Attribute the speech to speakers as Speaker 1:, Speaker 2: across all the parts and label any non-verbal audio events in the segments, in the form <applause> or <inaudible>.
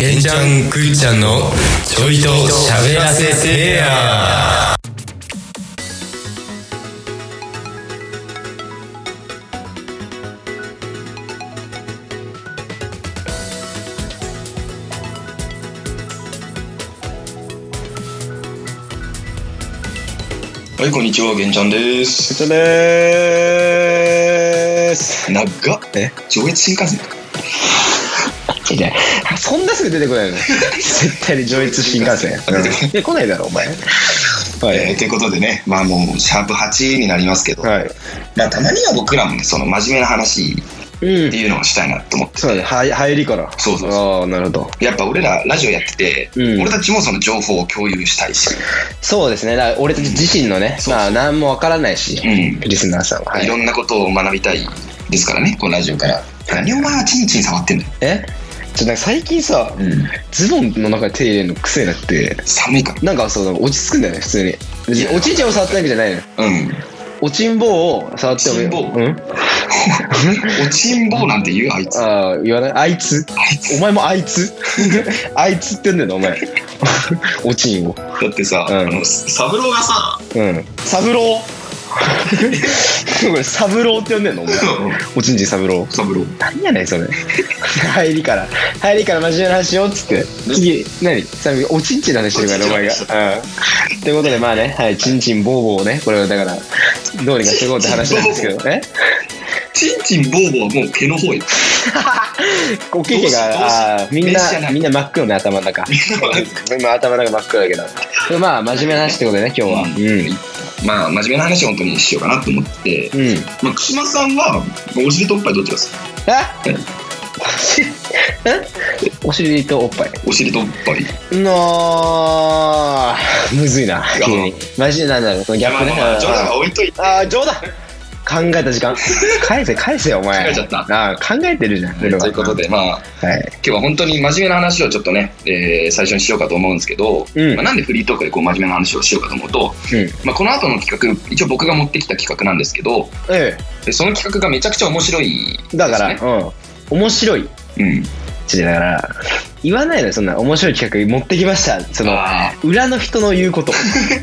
Speaker 1: げんちゃんくっちゃんのちょいと喋らせてや
Speaker 2: はい、こんにちは、げんちゃんです。
Speaker 3: 瀬戸でーす。
Speaker 2: 長っ。
Speaker 3: え
Speaker 2: 上越新幹線
Speaker 3: いや、そんなすぐ出てこないの
Speaker 2: <laughs>
Speaker 3: 絶対に上越新幹線。うん、で、来ないだろ、お前。は
Speaker 2: えー、
Speaker 3: い。
Speaker 2: ということでね、まあもう、シャープ8になりますけど、
Speaker 3: はい。
Speaker 2: まあたまには僕らもね、その真面目な話っ
Speaker 3: うん
Speaker 2: て。いうのをしたいなと思って。
Speaker 3: そうだね、はい入りから。
Speaker 2: そうそうそ
Speaker 3: ああ、なるほど。
Speaker 2: やっぱ俺らラジオやってて、
Speaker 3: うん
Speaker 2: 俺たちもその情報を共有したいし、
Speaker 3: そうですね、だから俺たち自身のね、
Speaker 2: そうそう
Speaker 3: まあ、何もわからないし、
Speaker 2: うん、
Speaker 3: リスナーさんは。はい
Speaker 2: ろ
Speaker 3: い、
Speaker 2: んなことを学びたいですからね、このラジオから。何お前はチンチン触ってんのよ。
Speaker 3: えちょなんか最近さ、ズボンの中で手入れるの癖になって、
Speaker 2: 寒いから。
Speaker 3: なんかそう、落ち着くんだよね、普通に。別
Speaker 2: いや
Speaker 3: に、おちんちゃんを触ってるわけじゃないのよ。
Speaker 2: うん。
Speaker 3: おちんぼうを触っても
Speaker 2: おちんぼう
Speaker 3: うん
Speaker 2: 落ちんぼうなんて言うあいつ。あ
Speaker 3: ああ、言わないあいつ
Speaker 2: いつ。
Speaker 3: お前もあ
Speaker 2: <laughs>
Speaker 3: いつあいつって言うんだよな、お前。 <laughs> おちんを。
Speaker 2: だってさ、
Speaker 3: うん
Speaker 2: あの、サブローがさ、
Speaker 3: うん。サ <laughs> ブロー。これサブローって呼んでんのお前。おちんちんサブロー。
Speaker 2: サブロー。
Speaker 3: 何やねん、それ。 <laughs> 入りから。入りから真面目な話しようっつって。次、何さおちんちんの話してるからね、お前
Speaker 2: おちんち
Speaker 3: が。うん。ということで、まあね、はい、ちんちんぼうぼうをね、これをだから、どうにかしていこうって話なんですけど、ね
Speaker 2: チンチンボーボーはもう毛の方よ。
Speaker 3: おけけ
Speaker 2: どうしどうし
Speaker 3: が、あーみん
Speaker 2: 電車な
Speaker 3: な、みんな真っ黒ね、頭の中。今頭の中真っ黒だけど。でもまあ、真面目な話ってことでね、今日は。 <laughs> うん。
Speaker 2: まあ、真面目な話を本当にしようかなと思って、
Speaker 3: うん。
Speaker 2: まあ、串間さんは、お尻とおっぱいどっちですか
Speaker 3: あ
Speaker 2: うん
Speaker 3: お尻とおっぱい。
Speaker 2: お尻とおっぱい。
Speaker 3: のー、むずいな、急に。マジでなんだろう、このギャップね。
Speaker 2: まあまあまあ冗談
Speaker 3: あ
Speaker 2: は置いといて。
Speaker 3: あー、冗談考えた時間。返せ、返せよ、お前。
Speaker 2: 考えちゃった
Speaker 3: あー考えてるじゃん、
Speaker 2: と
Speaker 3: それは。
Speaker 2: いうことで、まあ、
Speaker 3: はい。
Speaker 2: 今日は本当に真面目な話をちょっとね、えー最初にしようかと思うんですけど、
Speaker 3: うん
Speaker 2: まあ、なんでフリートークでこう真面目な話をしようかと思うと、
Speaker 3: うん。
Speaker 2: まあ、この後の企画、一応僕が持ってきた企画なんですけど、
Speaker 3: え
Speaker 2: でその企画がめちゃくちゃ面白いです、
Speaker 3: え。
Speaker 2: ね。
Speaker 3: だから、うん。面白い。
Speaker 2: うん。
Speaker 3: ちょだから、言わないのよ、そんな面白い企画持ってきました。その、
Speaker 2: あ
Speaker 3: 裏の人の言
Speaker 2: <laughs>
Speaker 3: うこと。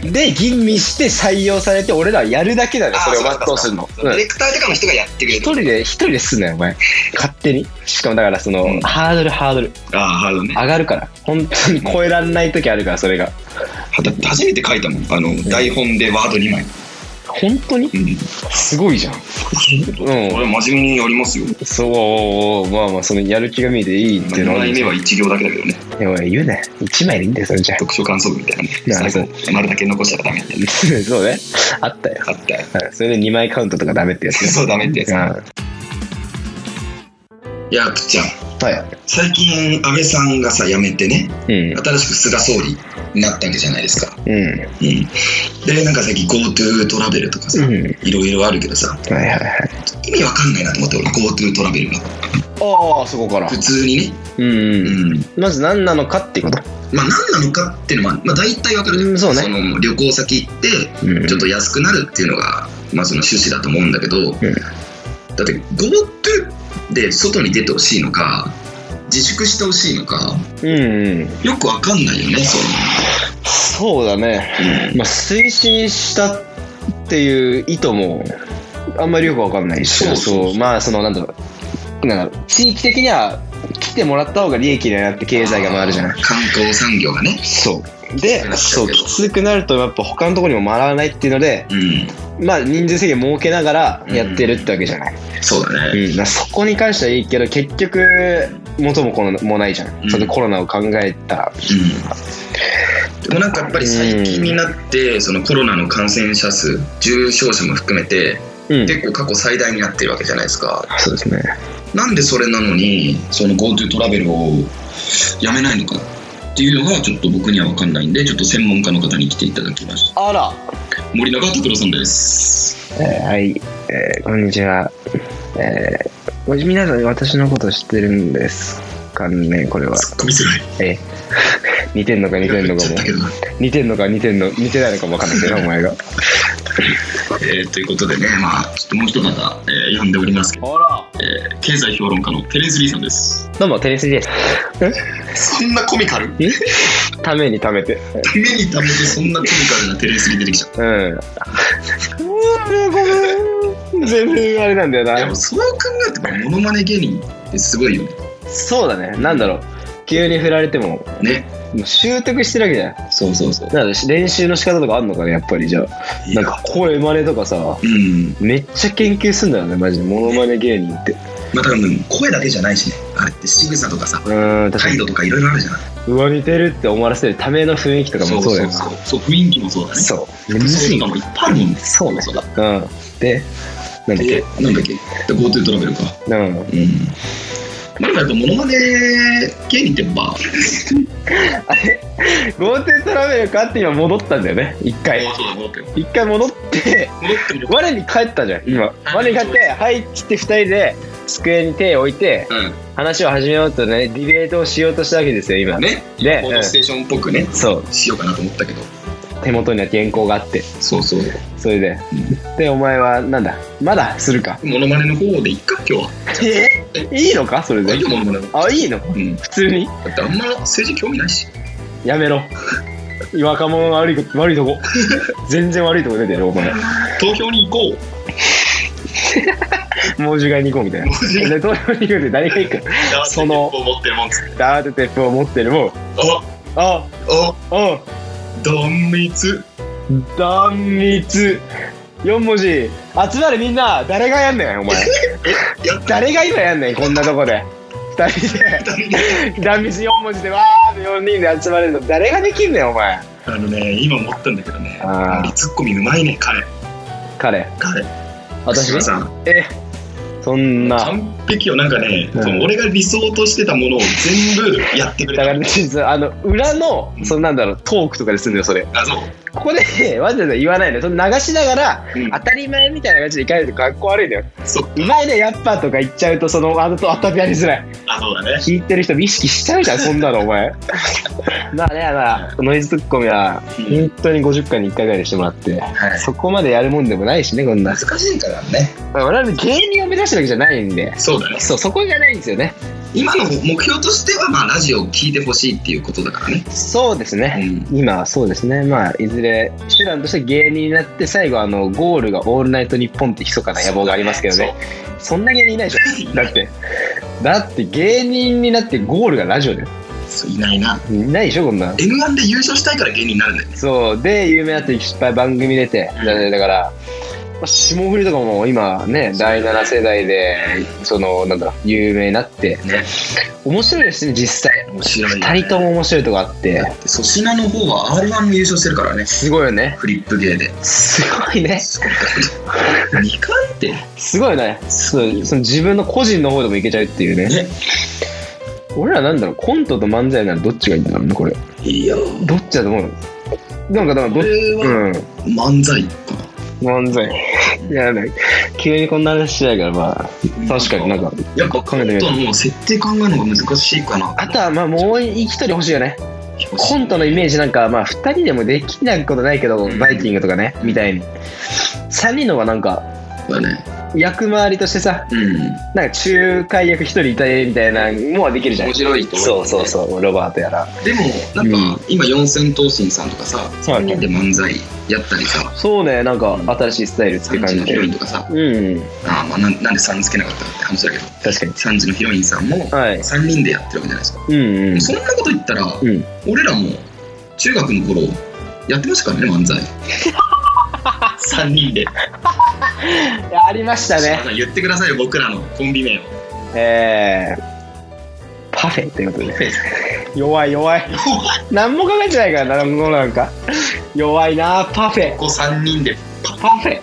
Speaker 3: で、吟味して採用されて、俺らはやるだけだね、
Speaker 2: あ
Speaker 3: それを
Speaker 2: そうか
Speaker 3: 全うするの
Speaker 2: ー。
Speaker 3: うん
Speaker 2: ディレクターとかの人がやってくれ
Speaker 3: 一
Speaker 2: る。
Speaker 3: 人で、一人ですんなよ、お前。勝手に。しかもだから、その、
Speaker 2: うん
Speaker 3: ハードル、ハードル、
Speaker 2: ああ、なるほどね。
Speaker 3: 上がるから。本当に超えらんない時あるから、それが。
Speaker 2: だって初めて書いたもん。あの、台本でワード2枚。
Speaker 3: 本当に
Speaker 2: うん。
Speaker 3: すごい
Speaker 2: <laughs>
Speaker 3: じゃん。
Speaker 2: これ真面目にやりますよ。
Speaker 3: そう、まあまあ、その、やる気が見えていいっていうの
Speaker 2: 7
Speaker 3: はある
Speaker 2: 枚
Speaker 3: ん
Speaker 2: 目は1行だけだけどね。
Speaker 3: ですよ。いやおい言うね。一枚でいいんだよ、それじゃあ。
Speaker 2: 読書感想文みたいなね。
Speaker 3: なるほ
Speaker 2: 最
Speaker 3: ど
Speaker 2: 後、丸だけ残したらダメって
Speaker 3: そうね。あったよ。
Speaker 2: あった。
Speaker 3: うんそれで2枚カウントとかダメってやつね。
Speaker 2: そう、ダメってやつ。
Speaker 3: う
Speaker 2: いや、くっちゃん、
Speaker 3: んはい。
Speaker 2: 最近、安倍さんがさ、辞めてね、
Speaker 3: うん。
Speaker 2: 新しく菅総理になったわけじゃないですか。
Speaker 3: うん。
Speaker 2: うん。で、なんか最近 GoTo トラベルとかさ、
Speaker 3: うん。
Speaker 2: いろいろあるけどさ、
Speaker 3: はいはいはい。
Speaker 2: 意味わかんないなと思って、俺、GoTo トラベルが。
Speaker 3: ああ、そこから
Speaker 2: 普通にね。
Speaker 3: うん、
Speaker 2: う
Speaker 3: うん。
Speaker 2: ん。
Speaker 3: まず何なのかっていうこと。
Speaker 2: まあ、何なのかっていうのは、まあ、大体わかるじゃん
Speaker 3: うんそうね
Speaker 2: の旅行先行って、
Speaker 3: うん
Speaker 2: ちょっと安くなるっていうのが、まあ、その趣旨だと思うんだけど、
Speaker 3: ん
Speaker 2: だって GoTo で外に出てほしいのか自粛してほしいのか
Speaker 3: うん、うん。
Speaker 2: よくわかんないよねそ
Speaker 3: そうだね。
Speaker 2: の、
Speaker 3: まあ、推進したっていう意図も、あんまりよくわかんないし、
Speaker 2: そうそうそう
Speaker 3: まあ、その、なんだろう。なんか、地域的には来てもらった方が利益になって経済が回るじゃない。
Speaker 2: 観光産業がね
Speaker 3: そう。
Speaker 2: きつく
Speaker 3: で、
Speaker 2: なっちゃ
Speaker 3: そうう、
Speaker 2: けど
Speaker 3: きつくなると、やっぱ他のところにも回らないっていうので、
Speaker 2: うん
Speaker 3: まあ、人数制限設けながらやってるってわけじゃない。
Speaker 2: そうだね、
Speaker 3: うん、まあそこに関してはいいけど結局元も子もないじゃん、
Speaker 2: うん
Speaker 3: それでコロナを考えたら
Speaker 2: うんでもなんかやっぱり最近になって、そのコロナの感染者数重症者も含めて
Speaker 3: うん
Speaker 2: 結構過去最大になってるわけじゃないですか
Speaker 3: そうですね
Speaker 2: なんでそれなのにその GoTo トラベルをやめないのかっていうのがちょっと僕には分かんないんでちょっと専門家の方に来ていただきました
Speaker 3: あら
Speaker 2: 森永拓郎さんです
Speaker 3: えーはい、えーこんにちは。えー、もし皆さん私のこと知ってるんですかね、これは。
Speaker 2: ツッコミづらい
Speaker 3: え <laughs> ー、似てんのか似てん
Speaker 2: や
Speaker 3: の
Speaker 2: っ
Speaker 3: か
Speaker 2: ちゃ
Speaker 3: も
Speaker 2: った。けど
Speaker 3: <laughs> 似てんのか似てんの、似てないのかもわかんないけど、お前が。
Speaker 2: えーということでね、まあ、ちょっともう一方、えー呼んでおりますけど、
Speaker 4: ほら
Speaker 2: えー経済評論家のテレスリーさんです。
Speaker 3: どうも、テレスです。
Speaker 2: そんなコミカル
Speaker 3: ためにためて。
Speaker 2: 目にためてそんなコミカルなテレスリー出てきちゃっ
Speaker 3: うん。うわごめん。 <laughs> 全然あれなんだ
Speaker 2: た。で
Speaker 3: よ
Speaker 2: もそう考えても、モノマネ芸人ってすごいよね。
Speaker 3: な。そうだね。なんだろう。急に振られても、
Speaker 2: ね。
Speaker 3: もう習得してるわけじゃない。
Speaker 2: そうそうそう。
Speaker 3: なので練習の仕方とかあんのかね、やっぱりじゃあ。なんか声真似とかさ、
Speaker 2: うん。
Speaker 3: めっちゃ研究すんだよね、マジで。モノマネ芸人って。
Speaker 2: まあ、多分声だけじゃないしね。あれって仕草とかさ、
Speaker 3: うーん、確か
Speaker 2: 態
Speaker 3: に。
Speaker 2: 度とかいろいろあるじゃないう
Speaker 3: わ、似てるって思わせるための雰囲気とかもそうだよな。
Speaker 2: そうそうそう雰囲気もそうだね。
Speaker 3: そう。
Speaker 2: 服装とかもいっぱいあるもんね。
Speaker 3: そうね
Speaker 2: そうだ。
Speaker 3: うん。で、なんだっけ
Speaker 2: で、なんだっけ ?GoTo トラベルか。
Speaker 3: うん。
Speaker 2: うん。まあ、でもやっぱモノマネ芸人ってば、
Speaker 3: GoTo トラベルかって今戻ったんだよね、一回。
Speaker 2: そうだ、戻ってよ。
Speaker 3: 一回戻って、
Speaker 2: 戻ってもよ
Speaker 3: 我に帰ったじゃん、今。
Speaker 2: い
Speaker 3: 我に帰って、はいっつって二人で机に手を置いて、
Speaker 2: う
Speaker 3: 話を始めようとね、ディベートをしようとしたわけですよ、今。
Speaker 2: ん。ね。
Speaker 3: ね
Speaker 2: 報道ステーションっぽくね、
Speaker 3: そう。
Speaker 2: しようかなと思ったけど。
Speaker 3: 手元には原稿があって、
Speaker 2: そうそう。
Speaker 3: それで。で、お前は、なんだ、まだするか。
Speaker 2: モノマネの方でいっか、今日は。
Speaker 3: えいいのかそれ
Speaker 2: いい
Speaker 3: で
Speaker 2: よ、。モノマネの方。
Speaker 3: あ、いいの
Speaker 2: うん。だ
Speaker 3: 普通に
Speaker 2: ってあんま政治興味ないし。
Speaker 3: やめろ。若者の悪いこと悪いとこ。全然悪いとこ出てる、お前。
Speaker 2: 投票に行こう。
Speaker 3: 猛獣狩りに行こうみたいな。
Speaker 2: <laughs>
Speaker 3: で、投票に行くって誰が行くその
Speaker 2: 持ってるもんつって。
Speaker 3: ダーテテップを持ってるもう、
Speaker 2: あ
Speaker 3: あ、
Speaker 2: あ
Speaker 3: あ、
Speaker 2: 断密
Speaker 3: 断密。4文字。集まれみんな誰がやんねん、お
Speaker 2: <laughs>
Speaker 3: 前。
Speaker 2: やった
Speaker 3: 誰が今やんねん、こんなとこで。2人で、断密4文字でわーって4人で集まれるの、誰ができんねん、お前。
Speaker 2: あのね今思ったんだけどね
Speaker 3: あー
Speaker 2: ツッコミうまいね彼
Speaker 3: 彼。
Speaker 2: 彼
Speaker 3: 私
Speaker 2: 福島さん
Speaker 3: え、そんな。
Speaker 2: 完璧よなんかね、
Speaker 3: うん
Speaker 2: その俺が理想としてたものを全部やってくれ
Speaker 3: だ
Speaker 2: た
Speaker 3: から、実はあの、裏の
Speaker 2: う、ん
Speaker 3: そのなんだろう、トークとかですんのよ、それ。
Speaker 2: あそう、
Speaker 3: ここで、 <laughs> わざわざ言わないで、その流しながら、
Speaker 2: うん
Speaker 3: 当たり前みたいな感じでいかないと格好悪いんだよ。
Speaker 2: そう
Speaker 3: うまいね、やっぱとか言っちゃうと、その、あの、当たりやりづらい。
Speaker 2: あそうだね
Speaker 3: 聞いてる人も意識しちゃうじゃん、そんなの、お
Speaker 2: <laughs>
Speaker 3: 前。まあね、まあ、ノイズツッコミは、
Speaker 2: うん
Speaker 3: 本当に50回に1回ぐらいにしてもらって、
Speaker 2: はい
Speaker 3: そこまでやるもんでもないしね、こんな。
Speaker 2: 難しいからね
Speaker 3: まあ我々芸人を目指してるわけじゃないんで、
Speaker 2: そうだね
Speaker 3: そう、そこじゃないんですよね。
Speaker 2: 今の目標としてはまあラジオを聞いてほしいっていうことだからね
Speaker 3: そうですね。
Speaker 2: ん
Speaker 3: 今はそうですね、まあ、いずれ手段として芸人になって最後あのゴールが「オールナイトニッポン」って密かな野望がありますけどねそんな芸人いないでしょだってだって芸人になってゴールがラジオだよ
Speaker 2: そうそういないない
Speaker 3: ないでしょこんなん
Speaker 2: m 1で優勝したいから芸人になるんだよね
Speaker 3: そうで有名になって失敗番組出てだだからまあ霜降りとかも今ね第7世代でそのなんだろう有名になって
Speaker 2: ね
Speaker 3: 面白いですね実際
Speaker 2: 面白いよね
Speaker 3: 2人とも面白いとこあって
Speaker 2: 粗品の方は r 1も優勝してるからね
Speaker 3: すごいよね
Speaker 2: フリップ芸で
Speaker 3: すごいね
Speaker 2: そうだ2冠って
Speaker 3: すごいねそうその自分の個人の方でもいけちゃうっていうね
Speaker 2: ね
Speaker 3: 俺らなんだろうコントと漫才ならどっちがいいんだろうねこれ
Speaker 2: いや
Speaker 3: どっちだと思うのなんかだからど
Speaker 2: こ
Speaker 3: っち
Speaker 2: れ
Speaker 3: う
Speaker 2: は
Speaker 3: ん
Speaker 2: 漫才かな
Speaker 3: 漫才いやなんか急にこんな話しないからまあ確かになんか
Speaker 2: やっぱコントの設定考えるのが難しいかな
Speaker 3: あとはまあもう一人欲しいよねコントのイメージなんかまあ2人でもできなことないけどバイキングとかねみたいに3人の方がなんか
Speaker 2: だね
Speaker 3: 役回りとしてさ
Speaker 2: うん
Speaker 3: なんか仲介役1人いたいみたいなのはできるじゃん
Speaker 2: 面白いと思う
Speaker 3: そ
Speaker 2: よ
Speaker 3: う
Speaker 2: ね
Speaker 3: そうそうロバートやら
Speaker 2: でもなんか、
Speaker 3: うん
Speaker 2: 今四千頭身さんとかさ
Speaker 3: そう
Speaker 2: 3人で漫才やったりさ
Speaker 3: そうねなんか新しいスタイルって
Speaker 2: 3
Speaker 3: 感
Speaker 2: 時のヒ
Speaker 3: じで
Speaker 2: ロインとかさ
Speaker 3: う
Speaker 2: あ
Speaker 3: ん
Speaker 2: ー、まあ、なんなんで3つけなかったかって話だけど
Speaker 3: 確かに
Speaker 2: 3時のヒロインさんも
Speaker 3: はい
Speaker 2: 3人でやってるわけじゃないですか、
Speaker 3: うんうん
Speaker 2: そんなこと言ったら、
Speaker 3: うん
Speaker 2: 俺らも中学の頃やってましたからね <laughs> 漫才3人で
Speaker 3: いやありましたね
Speaker 2: 言ってくださいよ僕らのコンビ
Speaker 3: <laughs>
Speaker 2: 名を
Speaker 3: えーパフェということで
Speaker 2: フェ
Speaker 3: 弱い弱い何も考えてないからな何もなんか弱いなパフェ
Speaker 2: ここ3人で
Speaker 3: パフェ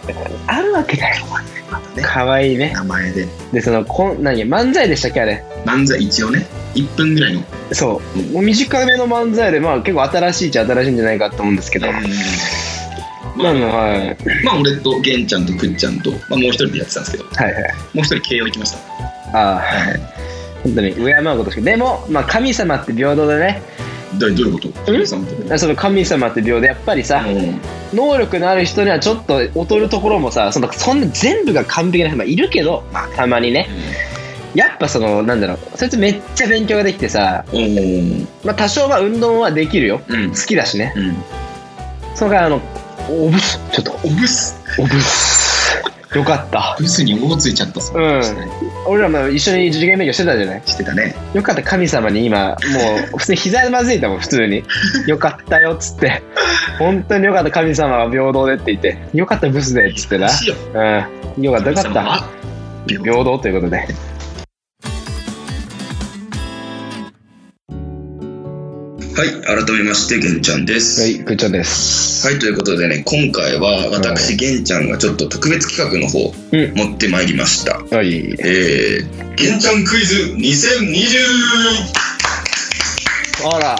Speaker 3: あるわけだよ
Speaker 2: またね
Speaker 3: かわいいね
Speaker 2: 名前で
Speaker 3: でそのこん何漫才でしたっけあれ
Speaker 2: 漫才一応ね1分ぐらいの
Speaker 3: そうもう短めの漫才でまあ結構新しいっちゃ新しいんじゃないかと思うんですけどまあ
Speaker 2: まあ、
Speaker 3: はい
Speaker 2: まあ俺と玄ちゃんとくっちゃんと、まあ、もう一人でやってたんですけども
Speaker 3: はいはいう
Speaker 2: 一人慶応行きました
Speaker 3: ああ本当に敬うことしかでも、まあ、神様って平等でね
Speaker 2: どういうこと神様って
Speaker 3: その神様って秒でやっぱりさ、能力のある人にはちょっと劣るところもさそのそんな全部が完璧な人もいるけど、まあ、たまにねやっぱそのなんだろうそいつめっちゃ勉強ができてさ、
Speaker 2: うんうん
Speaker 3: まあ、多少は運動はできるよ
Speaker 2: うん
Speaker 3: 好きだしね
Speaker 2: うん
Speaker 3: その代わりあのおぶすちょっと
Speaker 2: オブス
Speaker 3: おぶすよかった
Speaker 2: ブスにおついちゃったそううん
Speaker 3: 俺らも一緒に受験勉強してたじゃない
Speaker 2: してたね
Speaker 3: よかった神様に今もう普通に膝まずいたもん普通によかったよっつって本当によかった神様は平等でって言ってよかったブスでっつってな
Speaker 2: しよ
Speaker 3: うんよかったよ
Speaker 2: 神
Speaker 3: か
Speaker 2: 様
Speaker 3: った
Speaker 2: は平
Speaker 3: 平
Speaker 2: 等
Speaker 3: 等ということで
Speaker 2: はい改めましてげんちゃんです
Speaker 3: はいグッチョンです
Speaker 2: はい、ということでね、今回は
Speaker 3: は
Speaker 2: 私、玄ちゃんがちょっと特別企画の方、
Speaker 3: うん
Speaker 2: 持ってまいりました。
Speaker 3: はい
Speaker 2: えー、玄ちゃんクイズ 2020!
Speaker 3: あら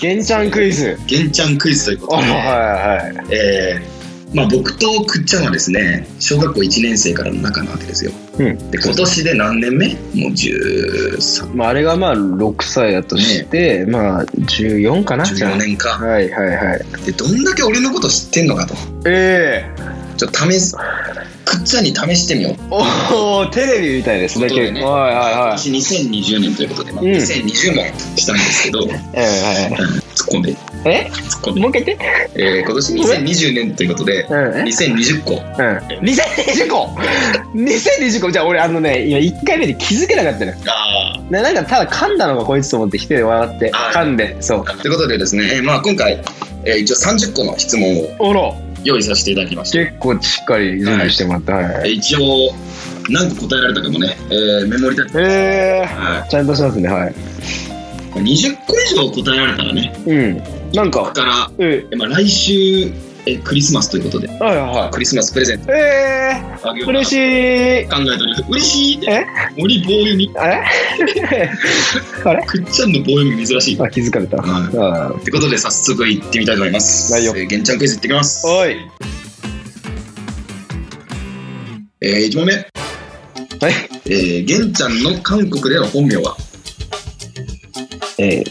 Speaker 3: ゲンちゃんクイズ
Speaker 2: 玄ちゃんクイズというこ
Speaker 3: あ
Speaker 2: とで、
Speaker 3: はいは
Speaker 2: えーまあ、僕とくっちゃんはですね、小学校1年生からの仲なわけですよ。
Speaker 3: いうん
Speaker 2: で、今年で何年目もう13、
Speaker 3: まああれがまあ6歳だとしてまあ14かなじゃ
Speaker 2: 14
Speaker 3: あ
Speaker 2: 年か。
Speaker 3: はいはいはい
Speaker 2: で、どんだけ俺のこと知ってんのかと、
Speaker 3: ええ
Speaker 2: ちょっと試す、くっちゃんに試してみよう
Speaker 3: おおテレビみたいですね
Speaker 2: ことで
Speaker 3: 結
Speaker 2: ね
Speaker 3: 構はいはいは
Speaker 2: 今年2020年ということで、まあ
Speaker 3: うん
Speaker 2: 2020問したんですけど、突っ
Speaker 3: いはいはい
Speaker 2: 込んで、突っ
Speaker 3: え
Speaker 2: 込んで、
Speaker 3: もう一回言って
Speaker 2: えー今年2020年ということで、
Speaker 3: うんえ
Speaker 2: 2020個、
Speaker 3: うん、2020個2020個じゃあ俺あのね今1回目で気づけなかったのよ
Speaker 2: あ
Speaker 3: ななんかただ噛んだのがこいつと思ってきて笑って
Speaker 2: あー
Speaker 3: 噛んでそう
Speaker 2: ということでですね、えーまあ、今回、えー一応30個の質問を
Speaker 3: おろ
Speaker 2: 用意させていただきました。
Speaker 3: 結構しっかり準備してもらった、はい
Speaker 2: えー一応、何個答えられたかもね、えーメモリたて、
Speaker 3: え
Speaker 2: は
Speaker 3: ー、ちゃんとしますねはい
Speaker 2: い、20個以上答えられたらね、
Speaker 3: うんなん
Speaker 2: ここ
Speaker 3: か
Speaker 2: から、
Speaker 3: うん
Speaker 2: えーまあ、来週、えークリスマスということで、
Speaker 3: はいは
Speaker 2: クリスマスプレゼント
Speaker 3: いえ
Speaker 2: あげよ
Speaker 3: ー、
Speaker 2: うかなと考え
Speaker 3: 嬉しいえ
Speaker 2: ております。嬉しいって、森棒読み、
Speaker 3: あれ
Speaker 2: くっちゃんの棒読み珍しい。
Speaker 3: あ気づかれた、
Speaker 2: はい
Speaker 3: あ
Speaker 2: ってことで早速行ってみたいと思います。
Speaker 3: はいよ
Speaker 2: えー、玄ちゃんクイズ行ってきます。
Speaker 3: おい
Speaker 2: えー、1問目。
Speaker 3: はい
Speaker 2: えー、玄ちゃんの韓国での本名は
Speaker 3: えー、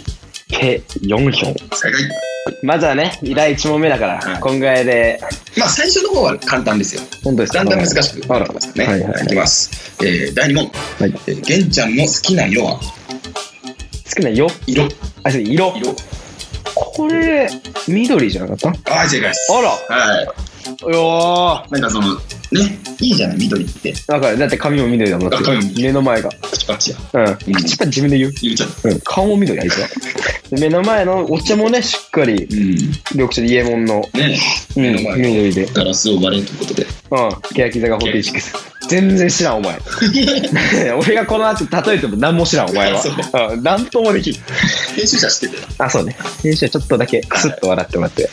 Speaker 3: ペ・ヨンヒョン
Speaker 2: 正解。
Speaker 3: まずはね第1問目だから、
Speaker 2: はい
Speaker 3: こんぐらいで
Speaker 2: まあ最初の方は簡単ですよ。
Speaker 3: 本当です
Speaker 2: だんだん難
Speaker 3: い
Speaker 2: しくなってますね。
Speaker 3: あ
Speaker 2: は
Speaker 3: ら
Speaker 2: い、
Speaker 3: はいはい
Speaker 2: いきます。えー、第2問。はいえー、玄ちゃんの好きな色は
Speaker 3: 好きなよ
Speaker 2: 色。
Speaker 3: あそう色
Speaker 2: 色。
Speaker 3: これ緑じゃなかった
Speaker 2: あー、正解です。
Speaker 3: あら
Speaker 2: はい。
Speaker 3: よ
Speaker 2: なんかその、ね、いいじゃない、緑って。
Speaker 3: ーだからだって髪も緑だもんだって
Speaker 2: あ髪も緑
Speaker 3: 目の前が
Speaker 2: パチパチや。
Speaker 3: うん
Speaker 2: うん
Speaker 3: 口パッ自分で言う、
Speaker 2: 言うちゃう。
Speaker 3: うん、顔も緑あいつはで目の前のお茶もねしっかり
Speaker 2: うん。
Speaker 3: 緑茶で家門の、
Speaker 2: ね
Speaker 3: うん、
Speaker 2: 目の前の
Speaker 3: 緑で
Speaker 2: ガラスを割れということで。 <laughs>
Speaker 3: うん欅坂46全然知らんお前 <laughs> 俺がこの後例えても何も知らんお前
Speaker 2: そう
Speaker 3: は、うん、何ともできん
Speaker 2: 編集者してて。
Speaker 3: あそうね編集はちょっとだけクスッと笑ってもらって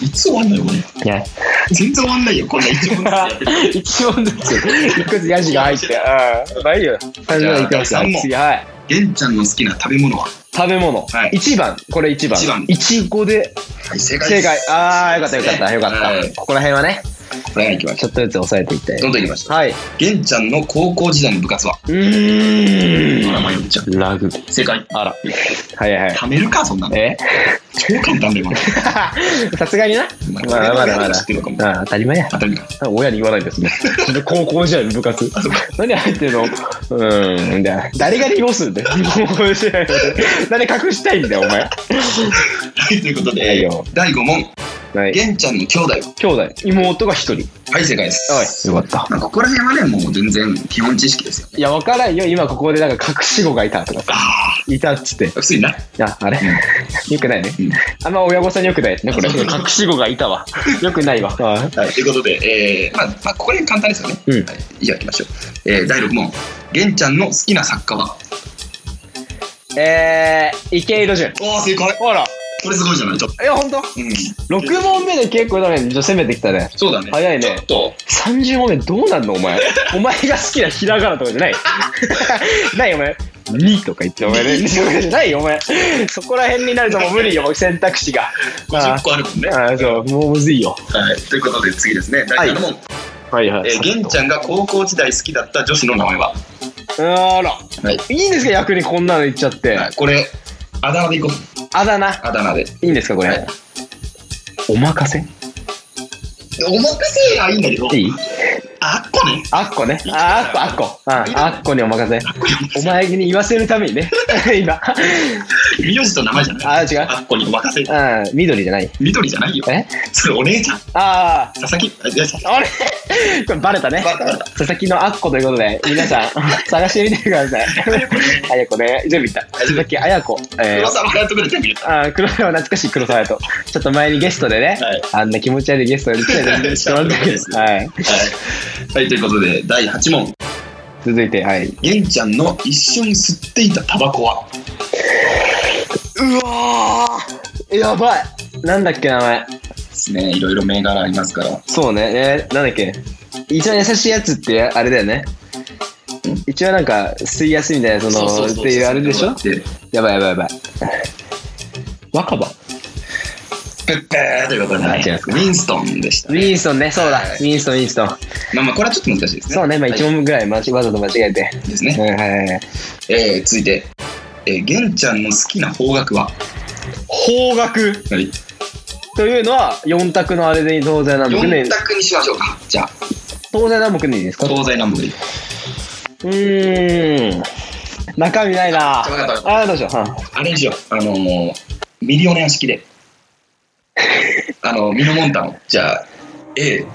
Speaker 2: いつ終わんないよ、これ。
Speaker 3: いや
Speaker 2: 全然終わんないよ、こんな一問ずつやってて。
Speaker 3: <laughs> 一問ずつ一個ずつヤジが入ってうんまあいいよ最初からい
Speaker 2: じゃあ
Speaker 3: きますよ
Speaker 2: 第三問
Speaker 3: 次はい
Speaker 2: 玄ちゃんの好きな食べ物は
Speaker 3: 食べ物、
Speaker 2: はい
Speaker 3: 一番これ一番
Speaker 2: 一番
Speaker 3: いちごで
Speaker 2: はい、正解で
Speaker 3: 正
Speaker 2: す
Speaker 3: 解ああよかったよかったよかった、
Speaker 2: はい
Speaker 3: ここら辺はね
Speaker 2: はい、行きましょ
Speaker 3: ちょっとずつ抑えていって
Speaker 2: う。どんどん行きましょ。
Speaker 3: はいう
Speaker 2: 玄ちゃんの高校時代の部活は
Speaker 3: うー
Speaker 2: ほら、
Speaker 3: ん
Speaker 2: 迷っちゃう。
Speaker 3: ラグビー
Speaker 2: 正解。
Speaker 3: あらはいはいはい
Speaker 2: 貯めるか、そんなの。
Speaker 3: え <laughs>
Speaker 2: 超簡単だよ、
Speaker 3: さすがにな
Speaker 2: ま
Speaker 3: まだまだまだ
Speaker 2: <laughs> 知ってるかも。
Speaker 3: ああ当たり前や
Speaker 2: 当たりか。
Speaker 3: 親に言わない <laughs> ですね高校時代の部活
Speaker 2: あ、そうか。
Speaker 3: 何入ってるのうーんじゃあ誰が利用するんだよ高校時代の誰隠したいんだよお前
Speaker 2: はい、ということ
Speaker 3: はい
Speaker 2: で
Speaker 3: よ、
Speaker 2: 第5問。
Speaker 3: はい
Speaker 2: 玄ちゃんの兄弟は
Speaker 3: 兄弟妹が一人
Speaker 2: はい、正解です。
Speaker 3: よかった
Speaker 2: まあここら辺はね、もう全然基本知識ですよ。
Speaker 3: いや分からんよ今ここでなんか隠し子がいたとかさ
Speaker 2: あ
Speaker 3: いたっつって
Speaker 2: あ、普通にな。
Speaker 3: ああれよくないね
Speaker 2: うん
Speaker 3: あんま親御さんによくないですねこれ
Speaker 2: そう
Speaker 3: <laughs> 隠し子がいたわよく <laughs> ないわは
Speaker 2: はい、ということで、えー、まあ、まあ、ここら辺簡単ですよね。
Speaker 3: うん
Speaker 2: はい、以上行きましょう。えー、第6問。玄ちゃんの好きな作家は
Speaker 3: あえー、池井戸潤
Speaker 2: おー、正解。
Speaker 3: ほら
Speaker 2: これすごいじゃない、ちょっと。
Speaker 3: いやほんと
Speaker 2: うん。
Speaker 3: 6問目で結構だねちょ攻めてきたね
Speaker 2: そうだね。
Speaker 3: 早い
Speaker 2: ちょ
Speaker 3: ね
Speaker 2: っと、
Speaker 3: 30問目どうなんのお前お前が好きなひらがなとかじゃない <laughs> ないお前2とか言ってお前ね2とかじゃないよお前そこら辺になるともう無理よ選択肢があ
Speaker 2: 50個あるもんね。
Speaker 3: ああそうもうむずいよ
Speaker 2: はい、ということで次ですね、第7問、
Speaker 3: はいは
Speaker 2: えー、玄ちゃんが高校時代好きだった女子の名前は、
Speaker 3: あら、
Speaker 2: はい
Speaker 3: い、いんですか逆にこんなの言っちゃって、
Speaker 2: はい、これ、あだ名で行こう。
Speaker 3: あだ名。
Speaker 2: あだ名で。
Speaker 3: いいんですか、こ
Speaker 2: は
Speaker 3: れ
Speaker 2: い。
Speaker 3: お任せ
Speaker 2: お任せはいいんだけど、
Speaker 3: いい
Speaker 2: あっこね。 <laughs>
Speaker 3: あっこね。ああっこ、あっこ。うん、あっこにお任せ。
Speaker 2: あっこにお任せ
Speaker 3: お前に言わせるためにね。 <laughs> 今。
Speaker 2: 名字と名前じゃない。
Speaker 3: あ、違う。
Speaker 2: あっこにお任せ。
Speaker 3: うん、緑じゃない。
Speaker 2: 緑じゃないよ。
Speaker 3: え
Speaker 2: それお姉ちゃん。
Speaker 3: あ
Speaker 2: 佐々木。あいや佐々
Speaker 3: あ、あれこれバレたね
Speaker 2: 木。バカバカ
Speaker 3: 佐々木のあっこということで、
Speaker 2: <laughs>
Speaker 3: 皆さん、探してみてください。あやこね、準備いった。
Speaker 2: 大
Speaker 3: 佐
Speaker 2: 丈
Speaker 3: 々木あやこ。えー
Speaker 2: 黒沢隼人ぐらい全部言った。
Speaker 3: あー黒沢懐かしい黒沢とちょっと前にゲストでね、
Speaker 2: はい
Speaker 3: あんな気持ち悪いゲストに
Speaker 2: <laughs>
Speaker 3: 来てたんですけどはい、
Speaker 2: はい。はい、ということで、第8問。
Speaker 3: 続いてはい
Speaker 2: 玄ちゃんの一緒に吸っていたタバコは
Speaker 3: うわやばいなんだっけ名前
Speaker 2: ですね、いろいろ銘柄ありますから。
Speaker 3: そうね、えーなんだっけ一番優しいやつってあれだよね一番なんか吸いやすいみたいなその
Speaker 2: そうそうそう
Speaker 3: っていうあれでしょ
Speaker 2: で
Speaker 3: やばいやばいやばい若葉
Speaker 2: プップーということで、
Speaker 3: あ
Speaker 2: は
Speaker 3: 違
Speaker 2: い、
Speaker 3: い
Speaker 2: ウ
Speaker 3: ます
Speaker 2: ィンストンでした
Speaker 3: ウ。ィンストンねそうだ、
Speaker 2: はい
Speaker 3: ウィンストンウィンストン
Speaker 2: まあまあ、これはちょっと難しいですね。
Speaker 3: <laughs> そうね、まあ、
Speaker 2: はい
Speaker 3: 1問ぐらいまちわざと間違えて、
Speaker 2: です
Speaker 3: うん
Speaker 2: ね。
Speaker 3: はいはいはい
Speaker 2: えー、続いて、えー、玄ちゃんの好きな方角は
Speaker 3: 方角
Speaker 2: はい。
Speaker 3: というのは4択のあれで東西南北ね
Speaker 2: 4択にしましょうか。じゃあ、
Speaker 3: 東西南北でいいですか
Speaker 2: 東西南北でいい。
Speaker 3: うーん中身ないな
Speaker 2: あわかったわか
Speaker 3: ああどうしよう、うん
Speaker 2: あれにしよう。あのー、ミリオネア式で。あの、ミノモンタの。じゃあ、A、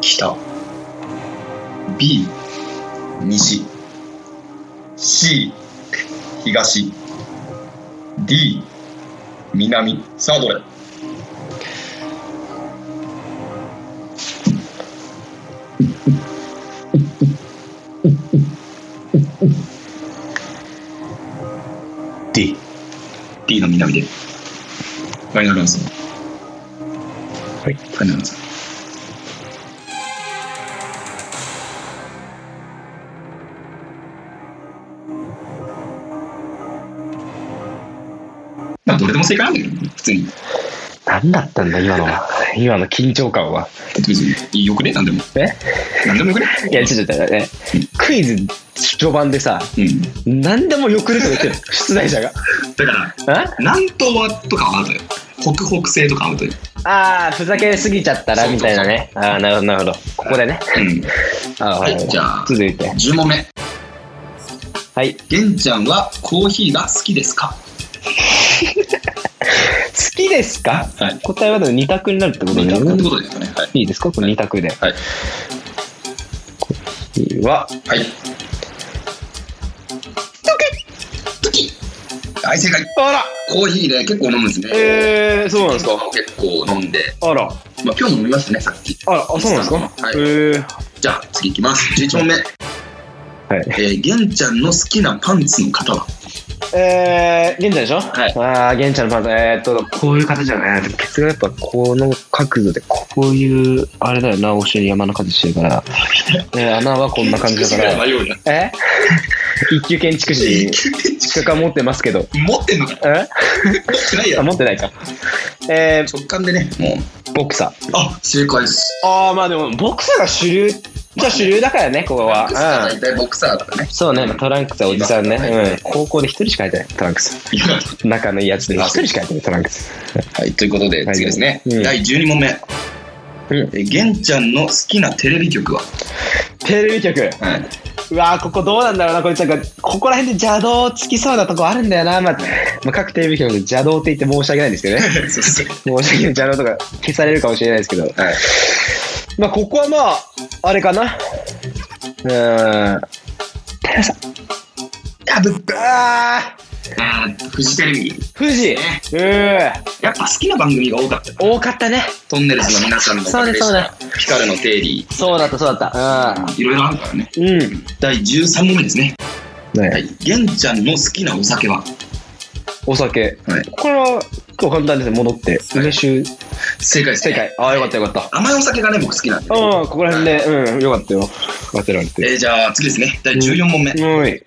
Speaker 2: 北。B、西。C、東。D、南。さあ、どれ
Speaker 3: D
Speaker 2: ?D の南で。ファイナルアンサー。
Speaker 3: はい
Speaker 2: ファイナルアンサー。まあ、どれでも正解なんだけどね、普通に。
Speaker 3: 何だったんだ今のは今の緊張感は
Speaker 2: 別によくねなんでも
Speaker 3: え
Speaker 2: なんでもよくね
Speaker 3: いやちょっと待ってねクイズ序盤でさ
Speaker 2: うん
Speaker 3: 何でもよくねとか言ってる出題者 <laughs> が
Speaker 2: だから
Speaker 3: あ
Speaker 2: 南東とかはアウトよ北北西とかはアウトよ
Speaker 3: あーふざけすぎちゃったらみたいなねああーなるほどなるほどここでね
Speaker 2: うん
Speaker 3: あーはい、
Speaker 2: はいじゃあ
Speaker 3: 続いて
Speaker 2: 10問目
Speaker 3: はい好
Speaker 2: 玄ちゃんはコーヒーが好きですか
Speaker 3: きですか
Speaker 2: はい
Speaker 3: 答えはでも2択になるってこと
Speaker 2: 二
Speaker 3: で
Speaker 2: 択ってことですよねはい
Speaker 3: いいですかこれ2択で
Speaker 2: はい
Speaker 3: は
Speaker 2: はいトキはい正解
Speaker 3: あら
Speaker 2: コーヒーね結構飲むんですね
Speaker 3: えー、そうなんですか
Speaker 2: 結構飲んで
Speaker 3: あ
Speaker 2: ま
Speaker 3: ら
Speaker 2: あ今日も飲みましたねさっき
Speaker 3: あらあそうなんですか、
Speaker 2: はい
Speaker 3: えー
Speaker 2: じゃあ次いきます11問目
Speaker 3: はい
Speaker 2: えー玄ちゃんの好きなパンツの型は
Speaker 3: えー、玄ちゃんでしょはいああ、玄ちゃんのパンツ、えー、っと、こういう形じゃない。ケツがやっぱこの角度で、こういう、あれだよな、お尻山の形してる <laughs> から。えー、穴はこんな感じだ
Speaker 2: 美しい
Speaker 3: から。
Speaker 2: ぐらい迷うやん
Speaker 3: え <laughs> 一級建築士、資格は持ってますけど。
Speaker 2: 持ってんのかよ
Speaker 3: え
Speaker 2: 持ってないや
Speaker 3: あ、
Speaker 2: ん
Speaker 3: 持ってないか。え
Speaker 2: 直感でねもう
Speaker 3: ー、ボクサー。
Speaker 2: あ正解です
Speaker 3: ああ、まあでも、ボクサーが主流、じゃあ主流だからね、ここ
Speaker 2: ボクサー
Speaker 3: は。う
Speaker 2: 大
Speaker 3: ん。
Speaker 2: 体ボクサーとかね
Speaker 3: そうね、トランクスはおじさんね。うん。高校で一人しか履いてない、トランクス。
Speaker 2: いや
Speaker 3: 仲のいいやつで一人しか履いてない、トランクス。
Speaker 2: はいということで
Speaker 3: はい
Speaker 2: 次ですね
Speaker 3: うん
Speaker 2: 第12問目
Speaker 3: うん
Speaker 2: え玄ちゃんの好きなテレビ局は
Speaker 3: テレビ局。
Speaker 2: はい、
Speaker 3: うわーここどうなんだろうなこいつなんかここら辺で邪道つきそうなとこあるんだよな、まあまあ、各テレビ局で邪道って言って申し訳ないんですけ <laughs> どね
Speaker 2: <laughs> そうそう
Speaker 3: 申し訳ない邪道とか消されるかもしれないですけど
Speaker 2: はい、
Speaker 3: まあここはまああれかなうーんテレ朝
Speaker 2: あぶっか
Speaker 3: あー
Speaker 2: あーフジテレビ
Speaker 3: 富士うー
Speaker 2: やっぱ好きな番組が多かった
Speaker 3: 多かったね
Speaker 2: トンネルズの皆さんのおかげでし
Speaker 3: そう
Speaker 2: た
Speaker 3: だ
Speaker 2: ピカルの定理
Speaker 3: そうだったそうだった
Speaker 2: いろいろあるからね
Speaker 3: うんうん
Speaker 2: 第13問目ですねは
Speaker 3: ね
Speaker 2: い玄ちゃんの好きなお酒は
Speaker 3: お酒
Speaker 2: はい
Speaker 3: これは結構簡単ですね戻って梅酒
Speaker 2: 正解です
Speaker 3: 正
Speaker 2: ね
Speaker 3: 解ああよかったよかった
Speaker 2: 甘いお酒がね僕好きなんでね
Speaker 3: うんここら辺でうんよかったよ当てられて
Speaker 2: えーじゃあ次ですね第14問目
Speaker 3: はい。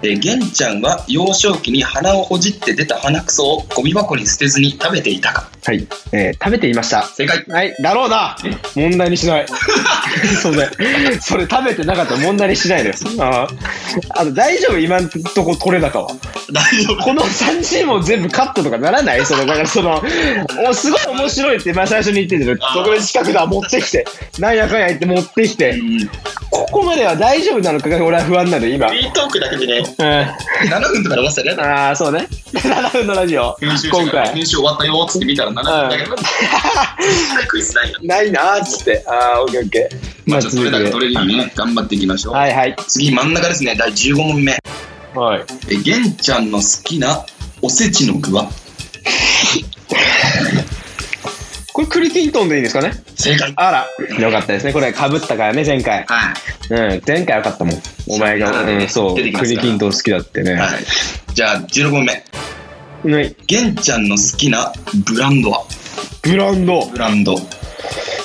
Speaker 2: えー、玄ちゃんは幼少期に鼻をほじって出た鼻くそをゴミ箱に捨てずに食べていたか
Speaker 3: はい、えー食べていました。
Speaker 2: 正解
Speaker 3: はい、だろうな問題にし <laughs> ない。それ、それ食べてなかったら問題にしないのよ。あーあの、大丈夫今んとこ取れ高は。
Speaker 2: 大丈夫
Speaker 3: この3チームを全部カットとかならないその、だからその、おすごい面白いって、まあ最初に言ってるけど
Speaker 2: あー
Speaker 3: 特別企画だ、持ってきて。なんやかんや言って持ってきて。ここまでは大丈夫なのかが俺は不安なのよ、今。
Speaker 2: フリートークだけでね
Speaker 3: うん。
Speaker 2: 7分とか伸ばしたらやだ
Speaker 3: ああ、そうね。7分のラジオ。
Speaker 2: 編集者
Speaker 3: 今
Speaker 2: から
Speaker 3: 回。
Speaker 2: 編集終わったよっつって見たら7分だけど、クイズないな
Speaker 3: ないなーっつって。ああ、オッケーオッケー。
Speaker 2: <laughs> まあちょっと取れたら
Speaker 3: 続いて
Speaker 2: 取れるようにね頑張っていきましょう、
Speaker 3: はいはい。
Speaker 2: 次真ん中ですね第15問目
Speaker 3: はい。
Speaker 2: え玄ちゃんの好きなおせちの具は
Speaker 3: これ栗きんとんでいいですかね
Speaker 2: 正解
Speaker 3: あら。よかったですね。これ被ったからね、前回。
Speaker 2: は
Speaker 3: うん、前回よかったもん。お前が、うん、そう、
Speaker 2: 出てきますか
Speaker 3: 栗
Speaker 2: ら
Speaker 3: きんとん好きだってね。
Speaker 2: い、はい、じゃあ16問目
Speaker 3: ね
Speaker 2: 玄ちゃんの好きなブランドは
Speaker 3: ブランド。
Speaker 2: ブランド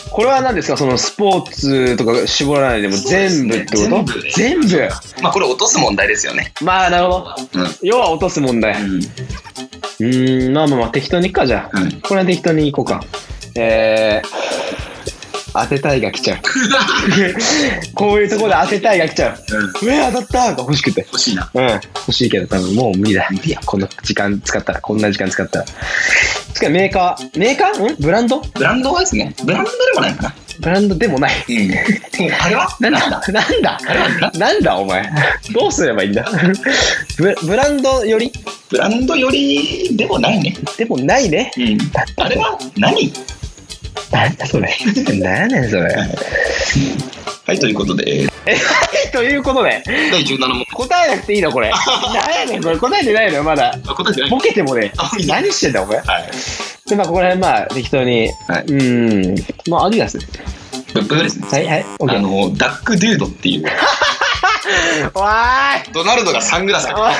Speaker 3: これは何ですかそのスポーツとか絞らないでも
Speaker 2: そうです
Speaker 3: 全部って
Speaker 2: ね
Speaker 3: こと
Speaker 2: 全
Speaker 3: 全部
Speaker 2: まあこれ落とす問題ですよね
Speaker 3: まあなるほど。
Speaker 2: うん、
Speaker 3: 要は落とす問題。
Speaker 2: <laughs>
Speaker 3: うーん、まあまあまあ適当にいくか、じゃあ。
Speaker 2: うん
Speaker 3: これは適当にいこうか。えー、当てたいが来ちゃう。 <laughs> こういうところで当てたいが来ちゃ
Speaker 2: う
Speaker 3: う。
Speaker 2: ん、
Speaker 3: うわ、当たったが欲しくて。
Speaker 2: 欲しいな
Speaker 3: うん、欲しいけど多分もう無理だ。いや、この時間使ったら、こんな時間使ったら。しかもメーカー、メーカーんブランド
Speaker 2: ブランドはですねブランドでもないかな
Speaker 3: ブランドでもない。 <laughs>
Speaker 2: うんでもあれは
Speaker 3: なん
Speaker 2: なん
Speaker 3: だ
Speaker 2: だ
Speaker 3: なんだなんだお前。どうすればいいんだブブランドより
Speaker 2: ブランドよりでもないね
Speaker 3: でもないね。
Speaker 2: うんあれは何
Speaker 3: なんだそれ。 <laughs> なんだそ <laughs> れ。
Speaker 2: はいということで
Speaker 3: ということで、
Speaker 2: 第17問
Speaker 3: 答えなくていいのこれ。
Speaker 2: <laughs>
Speaker 3: なんやねん、これ答えてないのよ、まだ。
Speaker 2: あ答えてない
Speaker 3: ボケてもね
Speaker 2: あ、
Speaker 3: 何してんだお前。
Speaker 2: はい
Speaker 3: で、まあ、ここら辺、まあ、適当に。
Speaker 2: はい
Speaker 3: うん。まあ、アディダス。
Speaker 2: ぶっぷがですね
Speaker 3: はい、はい、オッケ
Speaker 2: あ
Speaker 3: ー。
Speaker 2: のダックデュードっていう
Speaker 3: わーい
Speaker 2: ドナルドがサングラス
Speaker 3: おい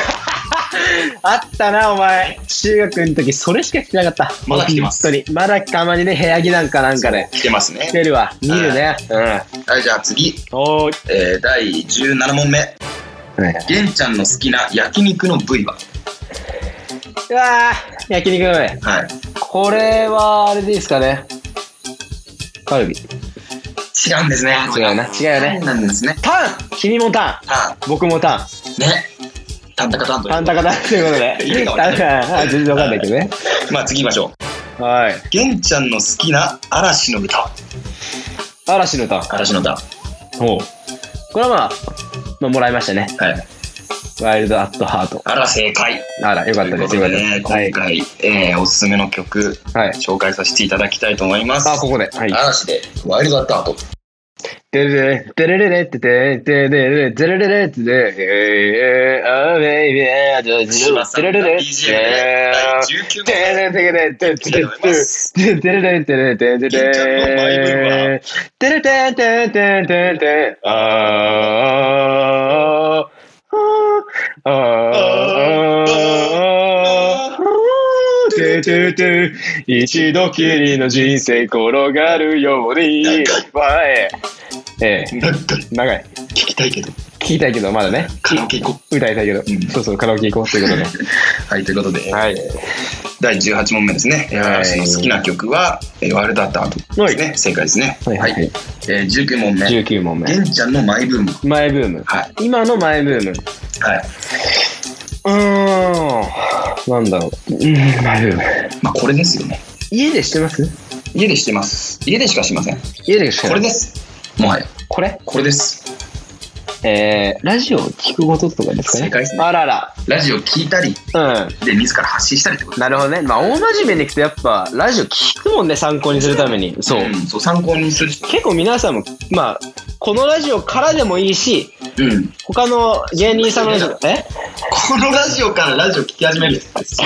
Speaker 3: あったな、お前。中学の時、それしか着てなかった。
Speaker 2: まだ着てます
Speaker 3: 本当に。まだたまにね、部屋着なんかなんかね。
Speaker 2: 来てますね
Speaker 3: 着てるわ。見るね。うん。
Speaker 2: はいじゃあ次、
Speaker 3: おー
Speaker 2: えー第17問目
Speaker 3: い。
Speaker 2: 玄ちゃんの好きな焼肉の部位は
Speaker 3: うわー、焼肉のね。
Speaker 2: はい
Speaker 3: これは、あれでいいですかね。カルビ。
Speaker 2: 違うんですね
Speaker 3: 違うな。違うよ
Speaker 2: そう
Speaker 3: ね。
Speaker 2: なんですね
Speaker 3: タン君もタ
Speaker 2: あ
Speaker 3: ン僕もタン
Speaker 2: ねタンタカタンと
Speaker 3: タンタカタンということで。
Speaker 2: 意味がわかん
Speaker 3: あ全然わかんないけどね。
Speaker 2: まあ次行きましょう
Speaker 3: はい。
Speaker 2: 玄ちゃんの好きな嵐の歌
Speaker 3: 嵐のタン。
Speaker 2: 嵐の歌
Speaker 3: ほう。これはまあ、まあ、もらいましたね。
Speaker 2: はい
Speaker 3: ワイルドアットハート。
Speaker 2: あら正解
Speaker 3: あら、よかったです。
Speaker 2: とい
Speaker 3: よ
Speaker 2: う
Speaker 3: か
Speaker 2: ことでね
Speaker 3: ったです。
Speaker 2: 今
Speaker 3: はい。
Speaker 2: 回、えーおすすめの曲
Speaker 3: はい。
Speaker 2: 紹介させていただきたいと思います
Speaker 3: あ、ここで。はい。
Speaker 2: 嵐でワイルドアットアート
Speaker 3: でれでれれれってて、でれれれ、でれれれってて、えー、あー、ベイビー、あー、で
Speaker 2: 島さん
Speaker 3: れ
Speaker 2: が
Speaker 3: れれ
Speaker 2: BGM で第19問
Speaker 3: 一度きりの人生転がるように
Speaker 2: 長い
Speaker 3: 前ええ
Speaker 2: なんか
Speaker 3: 長い
Speaker 2: 聞きたいけど
Speaker 3: 聞きたいけどまだね
Speaker 2: カラオケ行こ
Speaker 3: 歌いたいけど、
Speaker 2: ん
Speaker 3: そうそうカラオケ行こうということで
Speaker 2: うはいということで、
Speaker 3: はい
Speaker 2: 第18問目ですね、えー
Speaker 3: はい
Speaker 2: 嵐の好きな曲は「えーワイルドアットアート」ですね、正解ですね
Speaker 3: はいはいはい
Speaker 2: えー19問目
Speaker 3: 19問目
Speaker 2: 玄ちゃんのマイブーム
Speaker 3: マイブーム
Speaker 2: はい
Speaker 3: 今のマイブーム
Speaker 2: はい、
Speaker 3: うーんなんだろううんマイブーム
Speaker 2: まあ、これですよね
Speaker 3: 家でしてます
Speaker 2: 家でしてます家でしかしません
Speaker 3: 家でして
Speaker 2: これ
Speaker 3: ます
Speaker 2: ですもはや
Speaker 3: これ
Speaker 2: これです
Speaker 3: えー、ラジオを聞くこととかですかね
Speaker 2: 正解ですね
Speaker 3: あらら
Speaker 2: ラジオ聞いたり
Speaker 3: うん
Speaker 2: で自ら発信したりってこと
Speaker 3: なるほどね。まあ、大真面目にいくと、やっぱ、ラジオ聞くもんね、参考にするために。そう。
Speaker 2: ん、そう参考にする人
Speaker 3: 結構皆さんも、まあ、このラジオからでもいいし、
Speaker 2: うん
Speaker 3: 他の芸人さんのラジオ、え
Speaker 2: このラジオからラジオ聞き始める人です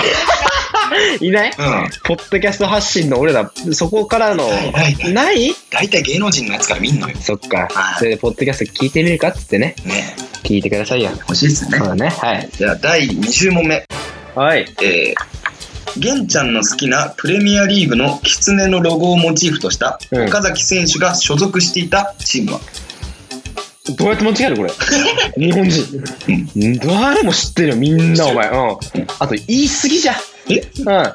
Speaker 3: いない
Speaker 2: うん
Speaker 3: ポッドキャスト発信の俺ら、そこからの、
Speaker 2: はいはい
Speaker 3: ない
Speaker 2: 大体芸能人のやつから見んのよ
Speaker 3: そっか
Speaker 2: は。い
Speaker 3: それで、ポッドキャスト聞いてみるかっつってね、
Speaker 2: ね
Speaker 3: 聞いてくださいよ。
Speaker 2: 欲しいですよね
Speaker 3: そうだね。はい。
Speaker 2: じゃあ第20問目
Speaker 3: はい。
Speaker 2: えー、玄ちゃんの好きなプレミアリーグの狐のロゴをモチーフとした
Speaker 3: うん
Speaker 2: 岡崎選手が所属していたチームは、
Speaker 3: どうやって持って帰るこ <laughs> れ日本人誰も知ってるよみんなお前うんあと言い過ぎじゃ
Speaker 2: え
Speaker 3: うん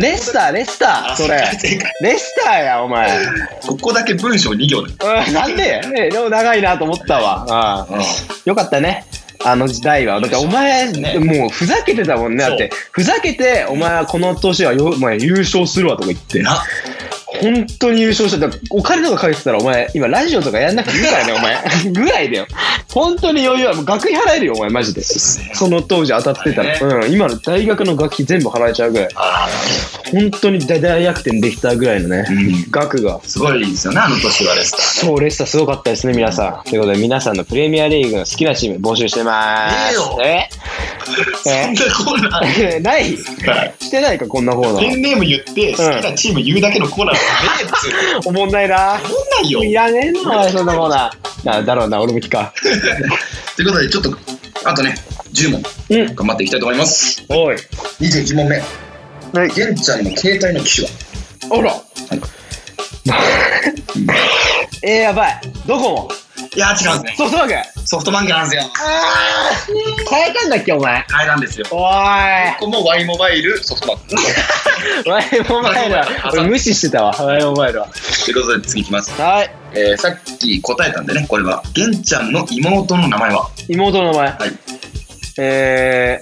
Speaker 3: レスターレスターそれ
Speaker 2: 正解
Speaker 3: レスターやお前
Speaker 2: ここだけ文章2行だ
Speaker 3: うんなんでえでも長いなと思ったわうんよかったねあの時代はだってお前、
Speaker 2: ね
Speaker 3: もうふざけてたもんねだってふざけてお前はこの年はよ、お前優勝するわとか言って
Speaker 2: な
Speaker 3: 本当に優勝しただからお金とかかけてたらお前今ラジオとかやんなくていいからねお前 <laughs> ぐらいだよ本当に余裕はもう学費払えるよお前マジでその当時当たってたら、
Speaker 2: ね
Speaker 3: うん、今の大学の学費全部払えちゃうぐらい
Speaker 2: あ
Speaker 3: 本当に大大逆転できたぐらいのね、
Speaker 2: うん
Speaker 3: 額が
Speaker 2: すごいですよねあの年はレスター
Speaker 3: そうレスターすごかったですね皆さんということで皆さんのプレミアリーグの好きなチーム募集してますえ
Speaker 2: そんなコーナー
Speaker 3: え <laughs> ないしてないかこんなコーナ
Speaker 2: ペ
Speaker 3: ー
Speaker 2: ンネーム言って好きなチーム言うだけのコーナーはねえっ
Speaker 3: <laughs>
Speaker 2: つうの
Speaker 3: おもんないな
Speaker 2: そんないよ
Speaker 3: いらねえなそんなコーナーなだろうな俺も聞か
Speaker 2: ということでちょっとあとね10問
Speaker 3: うん
Speaker 2: 頑張っていきたいと思います
Speaker 3: おい
Speaker 2: 21問目
Speaker 3: はい
Speaker 2: 玄ちゃんの携帯の機種は
Speaker 3: あら <laughs> えー、やばいどこも
Speaker 2: いや違うんですね
Speaker 3: ソフトバンク
Speaker 2: ソフトバンクなんですよ
Speaker 3: あー変えたんだっけお前
Speaker 2: 変えたんですよ
Speaker 3: おー
Speaker 2: ここも Y モバイルソフトバンクと
Speaker 3: いワイモバイルは俺無視してたわワイモバイルは
Speaker 2: いうことで次いきます、
Speaker 3: はい
Speaker 2: えー、さっき答えたんでねこれは玄ちゃんの妹の名前は
Speaker 3: 妹の名前
Speaker 2: はい
Speaker 3: え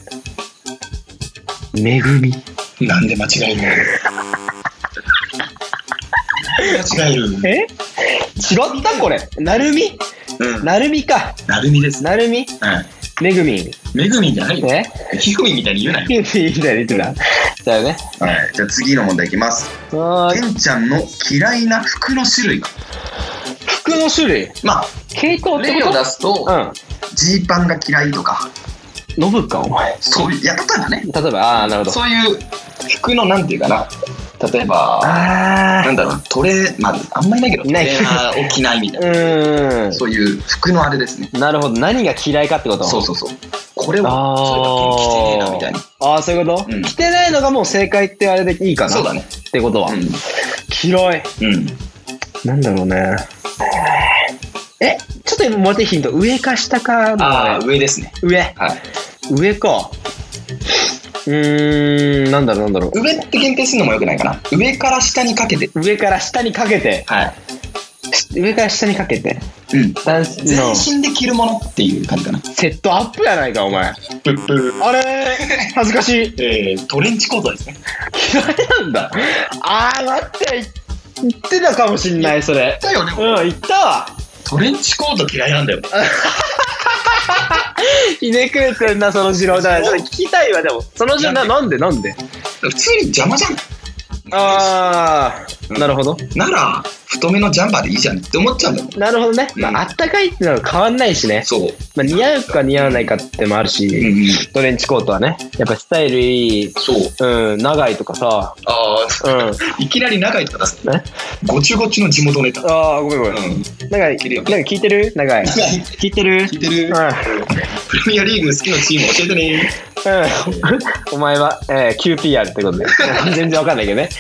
Speaker 3: ーめぐみ
Speaker 2: なんで間違
Speaker 3: <laughs>
Speaker 2: えるの間違える
Speaker 3: え違ったこれなるみ
Speaker 2: うん
Speaker 3: なるみか
Speaker 2: なるみですね
Speaker 3: なるみ
Speaker 2: はい
Speaker 3: めぐみん
Speaker 2: めぐみんじゃないよ
Speaker 3: え
Speaker 2: ひぐみみたいに言うなよ
Speaker 3: ピューピューみたいに言ってただよね
Speaker 2: はいじゃあ次の問題いきます
Speaker 3: はーい
Speaker 2: 玄ちゃんの嫌いな服の種類が
Speaker 3: 服の種類
Speaker 2: まあ
Speaker 3: 系統って
Speaker 2: 例
Speaker 3: こ
Speaker 2: を
Speaker 3: と
Speaker 2: 出すと
Speaker 3: うん
Speaker 2: ジーパンが嫌いとか
Speaker 3: ノブかお前
Speaker 2: そういういや例えばね
Speaker 3: 例えばああーなるほど
Speaker 2: そういう服のなんていうかな例えば
Speaker 3: ああ
Speaker 2: なんだろうトレーまああんまりないけど
Speaker 3: いない
Speaker 2: トレーナーを着ないみたいうな
Speaker 3: ー
Speaker 2: <laughs>
Speaker 3: ん
Speaker 2: そういう服のあれですね
Speaker 3: なるほど何が嫌いかってこと
Speaker 2: そうそうそうこれを
Speaker 3: あー
Speaker 2: そういえば着てねえなみたいな
Speaker 3: ああそういうこと、
Speaker 2: うん
Speaker 3: 着てないのがもう正解ってあれでいいかな
Speaker 2: そうだね
Speaker 3: ってことは、嫌い
Speaker 2: うんうん
Speaker 3: なんだろうねえちょっと今もらっていいヒント上か下かの
Speaker 2: あ
Speaker 3: あ
Speaker 2: あ
Speaker 3: れ
Speaker 2: 上ですね
Speaker 3: 上
Speaker 2: はい
Speaker 3: 上かうーんなんだろうなんだろ
Speaker 2: 上って限定するのもよくないかな上から下にかけて
Speaker 3: う上から下にかけて
Speaker 2: はい
Speaker 3: 上から下にかけて
Speaker 2: うん
Speaker 3: ダンス
Speaker 2: 全
Speaker 3: の
Speaker 2: 身で着るものっていう感じかな
Speaker 3: セットアップやないかお前
Speaker 2: プップ
Speaker 3: あれー恥ずかしい
Speaker 2: えー、トレンチコートですね
Speaker 3: 嫌いなんだあー待って言ってたかもしんないそれ
Speaker 2: だよね
Speaker 3: うん言ったわ
Speaker 2: トレンチコート嫌いなんだよ
Speaker 3: ひねくれてんなその次郎だからそれ聞きたいわでもその次郎ななんでなんで
Speaker 2: 普通に邪魔じゃん
Speaker 3: ああなるほど
Speaker 2: なら太めのジャンバーでいいじゃんって思っちゃうんだもん
Speaker 3: なるほどね、
Speaker 2: うん
Speaker 3: まああったかいってのは変わんないしね、
Speaker 2: そう、
Speaker 3: まあ、似合うか似合わないかってもあるし、
Speaker 2: うん、
Speaker 3: トレンチコートはねやっぱスタイルいい
Speaker 2: そう
Speaker 3: うん長いとかさ
Speaker 2: あ
Speaker 3: うん
Speaker 2: あいきなり長いとか出す
Speaker 3: え
Speaker 2: ごちゅごちゅの地元ネタう
Speaker 3: ああごめんごめん
Speaker 2: ん
Speaker 3: 長
Speaker 2: 聞
Speaker 3: い
Speaker 2: いてる
Speaker 3: な
Speaker 2: よ
Speaker 3: んか聞いてる長い
Speaker 2: 聞
Speaker 3: <laughs> 聞いてる
Speaker 2: いてる
Speaker 3: うん
Speaker 2: プレミアリーグ好きなチーム教えてね
Speaker 3: うん、お <laughs> 前は、えー、QPR ってことで <laughs> 全然わかんないけどね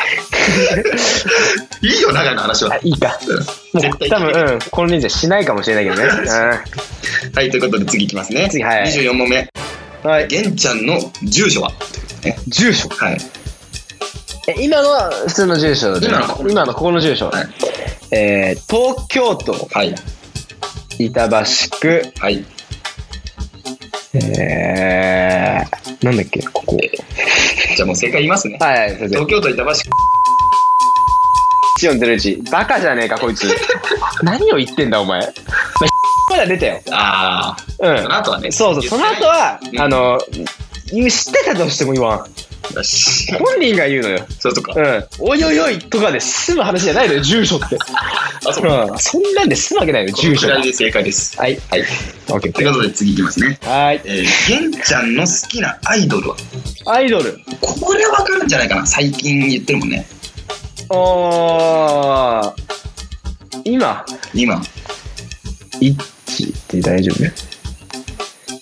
Speaker 2: いいよ長いの話
Speaker 3: あ
Speaker 2: はい
Speaker 3: いか
Speaker 2: うん
Speaker 3: も
Speaker 2: 絶
Speaker 3: う
Speaker 2: 対
Speaker 3: 多分、うん、この人数しないかもしれないけどね、
Speaker 2: はいということで次いきますね
Speaker 3: 次はい
Speaker 2: 24問目
Speaker 3: うん、はい
Speaker 2: 玄ちゃんの住所は
Speaker 3: 住所
Speaker 2: はい
Speaker 3: え今のは普通の住所で
Speaker 2: 今のここ
Speaker 3: 今のここの住所、
Speaker 2: はい
Speaker 3: えー、東京都
Speaker 2: はい
Speaker 3: 板橋区
Speaker 2: はい
Speaker 3: えー、なんだっけここ
Speaker 2: じゃあもう正解言いますね
Speaker 3: はいはいそれで
Speaker 2: 東京都板橋区
Speaker 3: チオンるうちバカじゃねえかこいつ <laughs> 何を言ってんだお前まだ出たよ
Speaker 2: あ
Speaker 3: う
Speaker 2: あその後はね
Speaker 3: んそうそうその後は、
Speaker 2: うん
Speaker 3: あの言う知ってたとしても言わん
Speaker 2: よし
Speaker 3: 本人が言うのよ
Speaker 2: そうとか
Speaker 3: うんおいおいおいとかで済む話じゃないのよ住所って、
Speaker 2: <laughs> あそうか
Speaker 3: うん、そんなんで済むわけないのよ住所
Speaker 2: このく
Speaker 3: が
Speaker 2: らいで正解です
Speaker 3: はい
Speaker 2: はい
Speaker 3: オッケーオ
Speaker 2: と
Speaker 3: ッケ
Speaker 2: いう
Speaker 3: ー
Speaker 2: ことで次いきますね
Speaker 3: はい
Speaker 2: えー、玄ちゃんの好きなアイドルは
Speaker 3: アイドル
Speaker 2: これわかるんじゃないかな最近言ってるもんね
Speaker 3: ああ今
Speaker 2: 今
Speaker 3: 一って大丈夫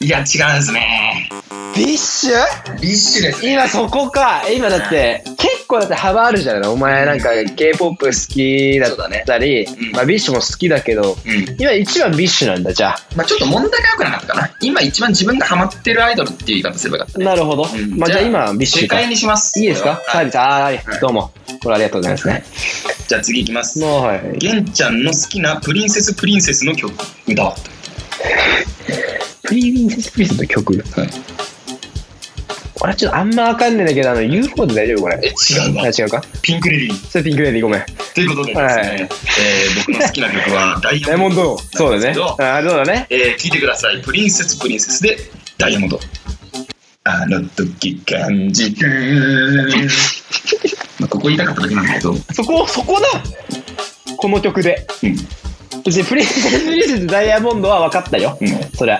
Speaker 2: いや違うんですね
Speaker 3: ビッシュ
Speaker 2: ビッシュです
Speaker 3: 今そこか今だって結構だって幅あるじゃないお前なんか K-POP 好きだ
Speaker 2: そうだね
Speaker 3: ったり、
Speaker 2: うん
Speaker 3: まあビッシュも好きだけど、
Speaker 2: うん。
Speaker 3: 今一番ビッシュなんだ、じゃあ。
Speaker 2: まあちょっと問題が良くなかったかな。今一番自分がハマってるアイドルっていう言い方すればよかったね。
Speaker 3: なるほど。
Speaker 2: うん
Speaker 3: まあじゃあ
Speaker 2: じゃ
Speaker 3: 今、ビッシ
Speaker 2: 正
Speaker 3: ュか。
Speaker 2: 解
Speaker 3: い
Speaker 2: にします。
Speaker 3: いですかサービス、ああ、はい、どうも。これありがとうございますね。
Speaker 2: じゃあ次いきます。
Speaker 3: もう、はい。
Speaker 2: 玄ちゃんの好きなプリンセスプリンセスの曲歌は
Speaker 3: プリンセスプリンセスの曲。
Speaker 2: はい
Speaker 3: これはちょっとあんまわかんないんだけど、あの、UFO で大丈夫これ。
Speaker 2: え違うわ
Speaker 3: あ違うか
Speaker 2: ピンクレディー
Speaker 3: それピンクレディーごめん。
Speaker 2: ということでですね、
Speaker 3: はい
Speaker 2: えー僕の好きな曲はダイ
Speaker 3: ダイ
Speaker 2: ヤ
Speaker 3: ヤ
Speaker 2: モ
Speaker 3: モ
Speaker 2: ン
Speaker 3: ン
Speaker 2: ド
Speaker 3: ド。そうだね。ああ、そうだね。
Speaker 2: えー、聞いてくださいプリンセスプリンセスでダイヤモンドあの時感じた <laughs> まあここ言いたかっただけなんだけど、う
Speaker 3: そこ、そこだこの曲で。
Speaker 2: ん
Speaker 3: 別にプリンセスプリンセスダイヤモンドは分かったよ。そりゃ。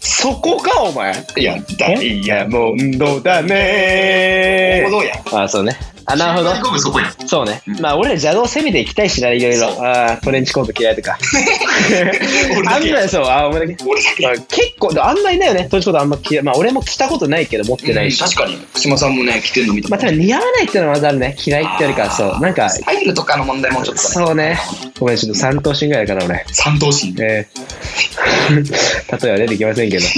Speaker 3: そこか、お前。
Speaker 2: いやダイヤモン
Speaker 3: モンドだね
Speaker 2: ドや
Speaker 3: ああ、そうね。あ、なるほ
Speaker 2: 大
Speaker 3: ど。
Speaker 2: 好物そこや
Speaker 3: そうね
Speaker 2: うん。
Speaker 3: まあ、俺ら邪道攻めていきたいしな、いろい
Speaker 2: そ
Speaker 3: ろ。ああ、トレンチコート嫌いとか。
Speaker 2: <laughs> 俺だ
Speaker 3: あ
Speaker 2: け
Speaker 3: んな、そう、あ、お前だけ。
Speaker 2: 俺だけ
Speaker 3: まあ結構、でもあんまいないよね。トレンチコートあんま着、まあ、俺も着たことないけど、持ってないし。
Speaker 2: 確かに島さんもね着てるの見た
Speaker 3: まあ、多分似合わないっていうのはまだあるね。嫌いってよりかは、そう。なんか、
Speaker 2: スタイルとかの問題もちょっとね
Speaker 3: そうね。ごめん、ちょっと三頭身ぐらいかな、俺。
Speaker 2: 三頭 <laughs> 身
Speaker 3: えー <laughs> 例えは出てきませんけど。う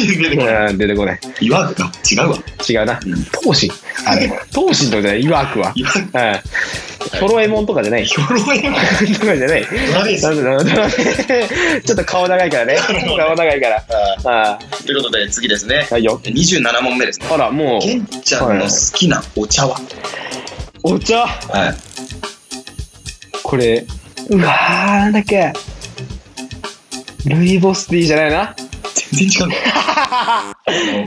Speaker 3: ん、出てこない。
Speaker 2: いわくあ違うわ
Speaker 3: 違うな。
Speaker 2: うん
Speaker 3: 闘志。
Speaker 2: <laughs>
Speaker 3: あれ。闘志とじゃない、いわくは。
Speaker 2: いわく
Speaker 3: うん。トロエモンとかじゃない。 <laughs>
Speaker 2: よろ <laughs> えも
Speaker 3: とかじゃない。
Speaker 2: ドラベース
Speaker 3: なんでなんでなんで <laughs> ちょっと顔長いか
Speaker 2: <laughs>
Speaker 3: らね。顔長いから。あ
Speaker 2: ということで次ですね
Speaker 3: あ、はいよ。
Speaker 2: 27問目ですね
Speaker 3: あら、もう、
Speaker 2: けんちゃんの好きなお茶は
Speaker 3: お茶
Speaker 2: はい
Speaker 3: これ、うわー、なんだっけ。ルイボスティーじゃないな。
Speaker 2: 全然違う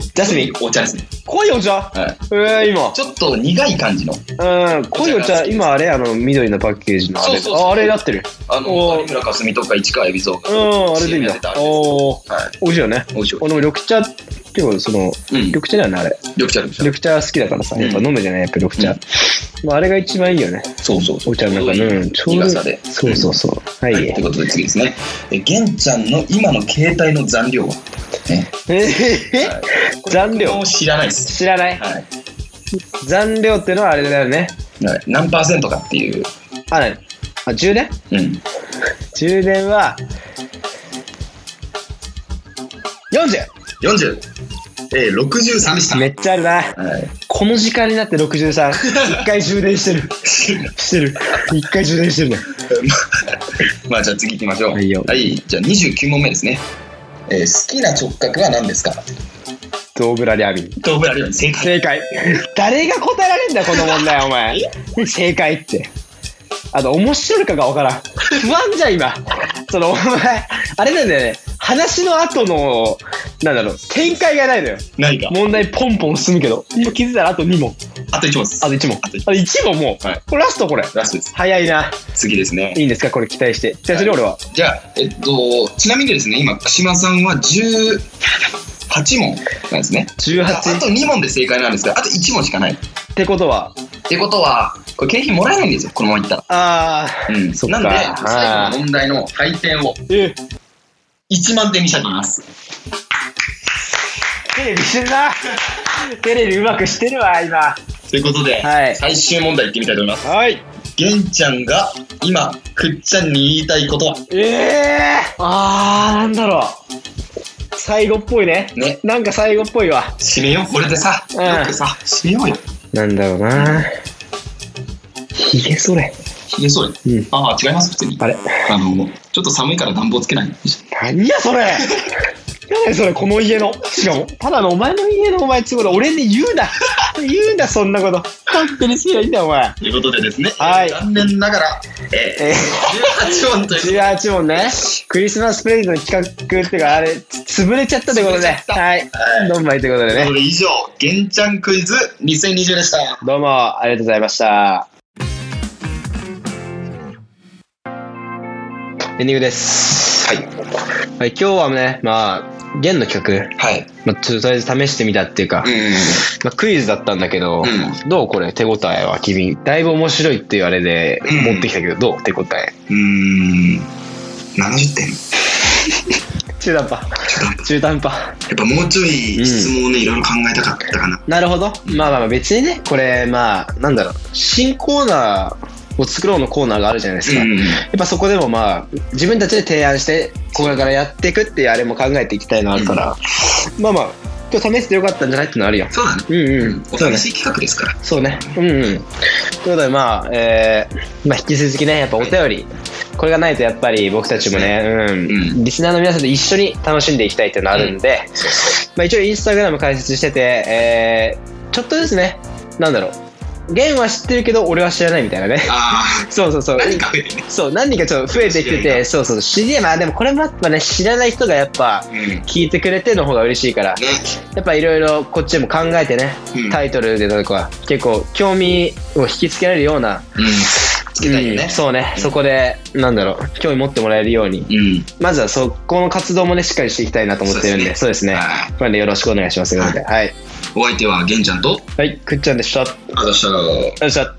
Speaker 3: <laughs> ジャスミン
Speaker 2: お茶ですね
Speaker 3: 濃いお茶
Speaker 2: はい
Speaker 3: えー、今。
Speaker 2: ちょっと苦い感じの
Speaker 3: うん、濃いお
Speaker 2: お茶が好き
Speaker 3: 茶、
Speaker 2: です
Speaker 3: 今あれ、あの、緑のパッケージのあれ。
Speaker 2: そうそうそう
Speaker 3: ああれなってる。
Speaker 2: あ
Speaker 3: お
Speaker 2: の
Speaker 3: ー
Speaker 2: 有村架純とか市川海老蔵が
Speaker 3: うん、あれでいいん
Speaker 2: CM
Speaker 3: だ
Speaker 2: 出たあ。れです
Speaker 3: おお、
Speaker 2: は
Speaker 3: 美味しいよね。
Speaker 2: い美味しい
Speaker 3: 俺も緑茶、結構その、
Speaker 2: うん
Speaker 3: 緑茶だよね、あれ。
Speaker 2: 緑茶緑茶
Speaker 3: 緑茶好きだからさ、やっぱ飲むじゃない、やっぱ緑茶。
Speaker 2: うん
Speaker 3: まあ、あれが一番いいよね。
Speaker 2: そうそうそう
Speaker 3: お茶の中
Speaker 2: ちょうどい
Speaker 3: の、
Speaker 2: い
Speaker 3: ちょうどい
Speaker 2: 苦
Speaker 3: い
Speaker 2: さで
Speaker 3: そうそうそう。
Speaker 2: は
Speaker 3: は。
Speaker 2: いいということで次ですねえげんちゃんの今の携帯の残量はね
Speaker 3: え
Speaker 2: はい
Speaker 3: <laughs> 残量
Speaker 2: もう知らないです
Speaker 3: 知らない
Speaker 2: はい
Speaker 3: 残量ってのはあれだよね。
Speaker 2: はい何パーセントかっていう
Speaker 3: あれあ、充電
Speaker 2: うん
Speaker 3: 充電は、40!
Speaker 2: 40えー、63でした
Speaker 3: めっちゃあるな。
Speaker 2: はい <laughs>
Speaker 3: この時間になって63。一回充電してる。してる。一回充電してる
Speaker 2: <laughs>
Speaker 3: ね。
Speaker 2: まあじゃあ次行きましょう。
Speaker 3: はいよ
Speaker 2: じゃあ29問目ですね。えー好きな直角は何ですか
Speaker 3: ドーブラリアミン。
Speaker 2: 東村亮に正解。
Speaker 3: 正解。誰が答えられんだよ、この問題、お前。正解って。あと、面白いかがわからん。不安じゃん、今。その、お前、あれなんだよね。話の後の、なんだろう、展開がないのよ。
Speaker 2: ないか。
Speaker 3: 問題ポンポン進むけど。今気づいたらあと2問。
Speaker 2: あと1問です。
Speaker 3: あと1問。
Speaker 2: あと一
Speaker 3: あと1問もう。
Speaker 2: はい
Speaker 3: これラストこれ。
Speaker 2: ラストです。
Speaker 3: 早いな。
Speaker 2: 次ですね
Speaker 3: い。いんですか、これ期待して。じゃあ、それ俺は。
Speaker 2: じゃあ、えっと、ちなみにですね、今、島さんは18問なんですね。ああと
Speaker 3: 18。
Speaker 2: 2問で正解なんですが、あと1問しかない。っ
Speaker 3: ってことは、
Speaker 2: てことは、これ景品もらえないんですよ、このままいったら。
Speaker 3: あ
Speaker 2: うん。
Speaker 3: そっ
Speaker 2: な
Speaker 3: か
Speaker 2: んで、最後の問題の配点を
Speaker 3: ー、え、
Speaker 2: 1万点にしたいと思います。
Speaker 3: テレビしてるな。テレビうまくしてるわ、今。
Speaker 2: ということで、
Speaker 3: はい
Speaker 2: 最終問題いってみたいと思います。
Speaker 3: はい。
Speaker 2: げんちゃんが今くっちゃんに言いたいことは
Speaker 3: ええー、あーなんだろう最後っぽいね
Speaker 2: ね
Speaker 3: なんか最後っぽいわ
Speaker 2: 締めようこれでさ、
Speaker 3: うん
Speaker 2: よくさ締めようよ
Speaker 3: なんだろうなひげそれ
Speaker 2: ひげそうよ
Speaker 3: うん
Speaker 2: ああ違います普通に
Speaker 3: あれ
Speaker 2: あのちょっと寒いから暖房つけない
Speaker 3: 何やそれやだよそれこの家のしかもただのお前の家のお前つうこと俺に言うな言うなそんなこと勝手にすりゃいいんだよお前
Speaker 2: ということでですね、
Speaker 3: はい
Speaker 2: 残念ながら、えー
Speaker 3: え
Speaker 2: 18問という
Speaker 3: 18問ねクリスマスプレゼントの企画っていうかあれつ潰れちゃったということで
Speaker 2: 潰れちゃった
Speaker 3: はい
Speaker 2: はい
Speaker 3: ドンマイということで
Speaker 2: ことで
Speaker 3: ね
Speaker 2: 以上げんちゃんクイズ2020でした
Speaker 3: どうもありがとうございましたエンディングです
Speaker 2: はい
Speaker 3: はい、今日はね、まあ、弦の曲、
Speaker 2: はい
Speaker 3: まあ、ちょっととりあえず試してみたっていうか、
Speaker 2: う
Speaker 3: まあ、クイズだったんだけど、
Speaker 2: う
Speaker 3: どうこれ、手応えは君、だいぶ面白いって言われで
Speaker 2: うん
Speaker 3: 持ってきたけど、どう手応え。
Speaker 2: んうん70点
Speaker 3: 中途半端。中途半端。
Speaker 2: やっぱもうちょい質問をね、いろいろ考えたかったかな。
Speaker 3: なるほど。まあまあまあ別にね、これ、まあ、なんだろう、新コーナーを作ろうのコーナーがあるじゃないですか。
Speaker 2: うん
Speaker 3: やっぱそこでもまあ、自分たちで提案して、これからやっていくっていうあれも考えていきたいのあるから、まあまあ、今日試してよかったんじゃないってのあるよ。
Speaker 2: そうだね。
Speaker 3: うん
Speaker 2: う
Speaker 3: うんん。、
Speaker 2: お
Speaker 3: そう
Speaker 2: 試
Speaker 3: ね。
Speaker 2: し企画ですから。
Speaker 3: そうね。うんうん。ということで、まあ、えーまあ、引き続きね、やっぱお便り、これがないとやっぱり僕たちもね、うん、
Speaker 2: うん
Speaker 3: リスナーの皆さんと一緒に楽しんでいきたいっていうのあるんで、まあ、一応インスタグラム解説してて、えーちょっとですね、なんだろう、ゲンは知ってるけど、俺は知らないみたいなね。
Speaker 2: あ
Speaker 3: そうそうそ <laughs>
Speaker 2: あ、
Speaker 3: う。
Speaker 2: 何か増えてね。
Speaker 3: そう、何人かちょっと増えて
Speaker 2: 知
Speaker 3: きて
Speaker 2: り合い
Speaker 3: て、そうそう、知り合い、まあでもこれもやっぱね、知らない人がやっぱ、
Speaker 2: うん。ね。
Speaker 3: 聞いてくれての方が嬉しいから、やっぱいろいろこっちも考えてね、
Speaker 2: うん
Speaker 3: タイトルでとか結構興味を引きつけられるような、
Speaker 2: うん。つけたいよ
Speaker 3: うん
Speaker 2: ね。
Speaker 3: そうね、
Speaker 2: うん
Speaker 3: そこでなんだろう興味持ってもらえるように
Speaker 2: うん。
Speaker 3: まずはそこの活動もねしっかりしていきたいなと思ってるんでそ
Speaker 2: そうう
Speaker 3: で
Speaker 2: ですす
Speaker 3: ね
Speaker 2: ね
Speaker 3: なんでよろしくお願いしますということではい、
Speaker 2: お相手は、玄ちゃんと、
Speaker 3: はい、くっちゃんでしたあり
Speaker 2: あざした。
Speaker 3: がとうございました